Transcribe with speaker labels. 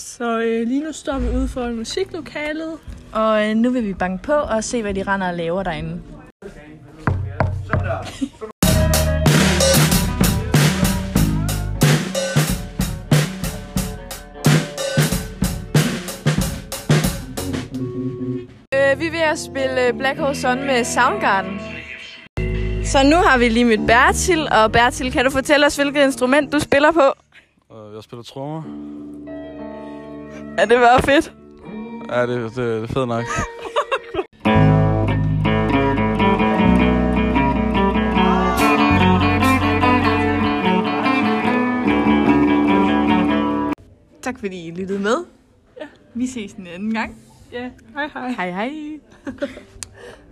Speaker 1: Så øh, lige nu står vi ude for musiklokalet.
Speaker 2: Og øh, nu vil vi banke på og se, hvad de render og laver derinde.
Speaker 3: Øh, vi er ved at spille øh, Black Hole Sun med Soundgarden. Så nu har vi lige mødt Bertil, og Bertil, kan du fortælle os, hvilket instrument du spiller på?
Speaker 4: Øh, Jeg spiller trommer.
Speaker 3: Ja, det var fedt.
Speaker 4: Ja, det, det, det er fedt nok.
Speaker 3: Tak fordi I lyttede med. Vi ses en anden gang.
Speaker 1: Ja, hej hej.
Speaker 3: Hej hej.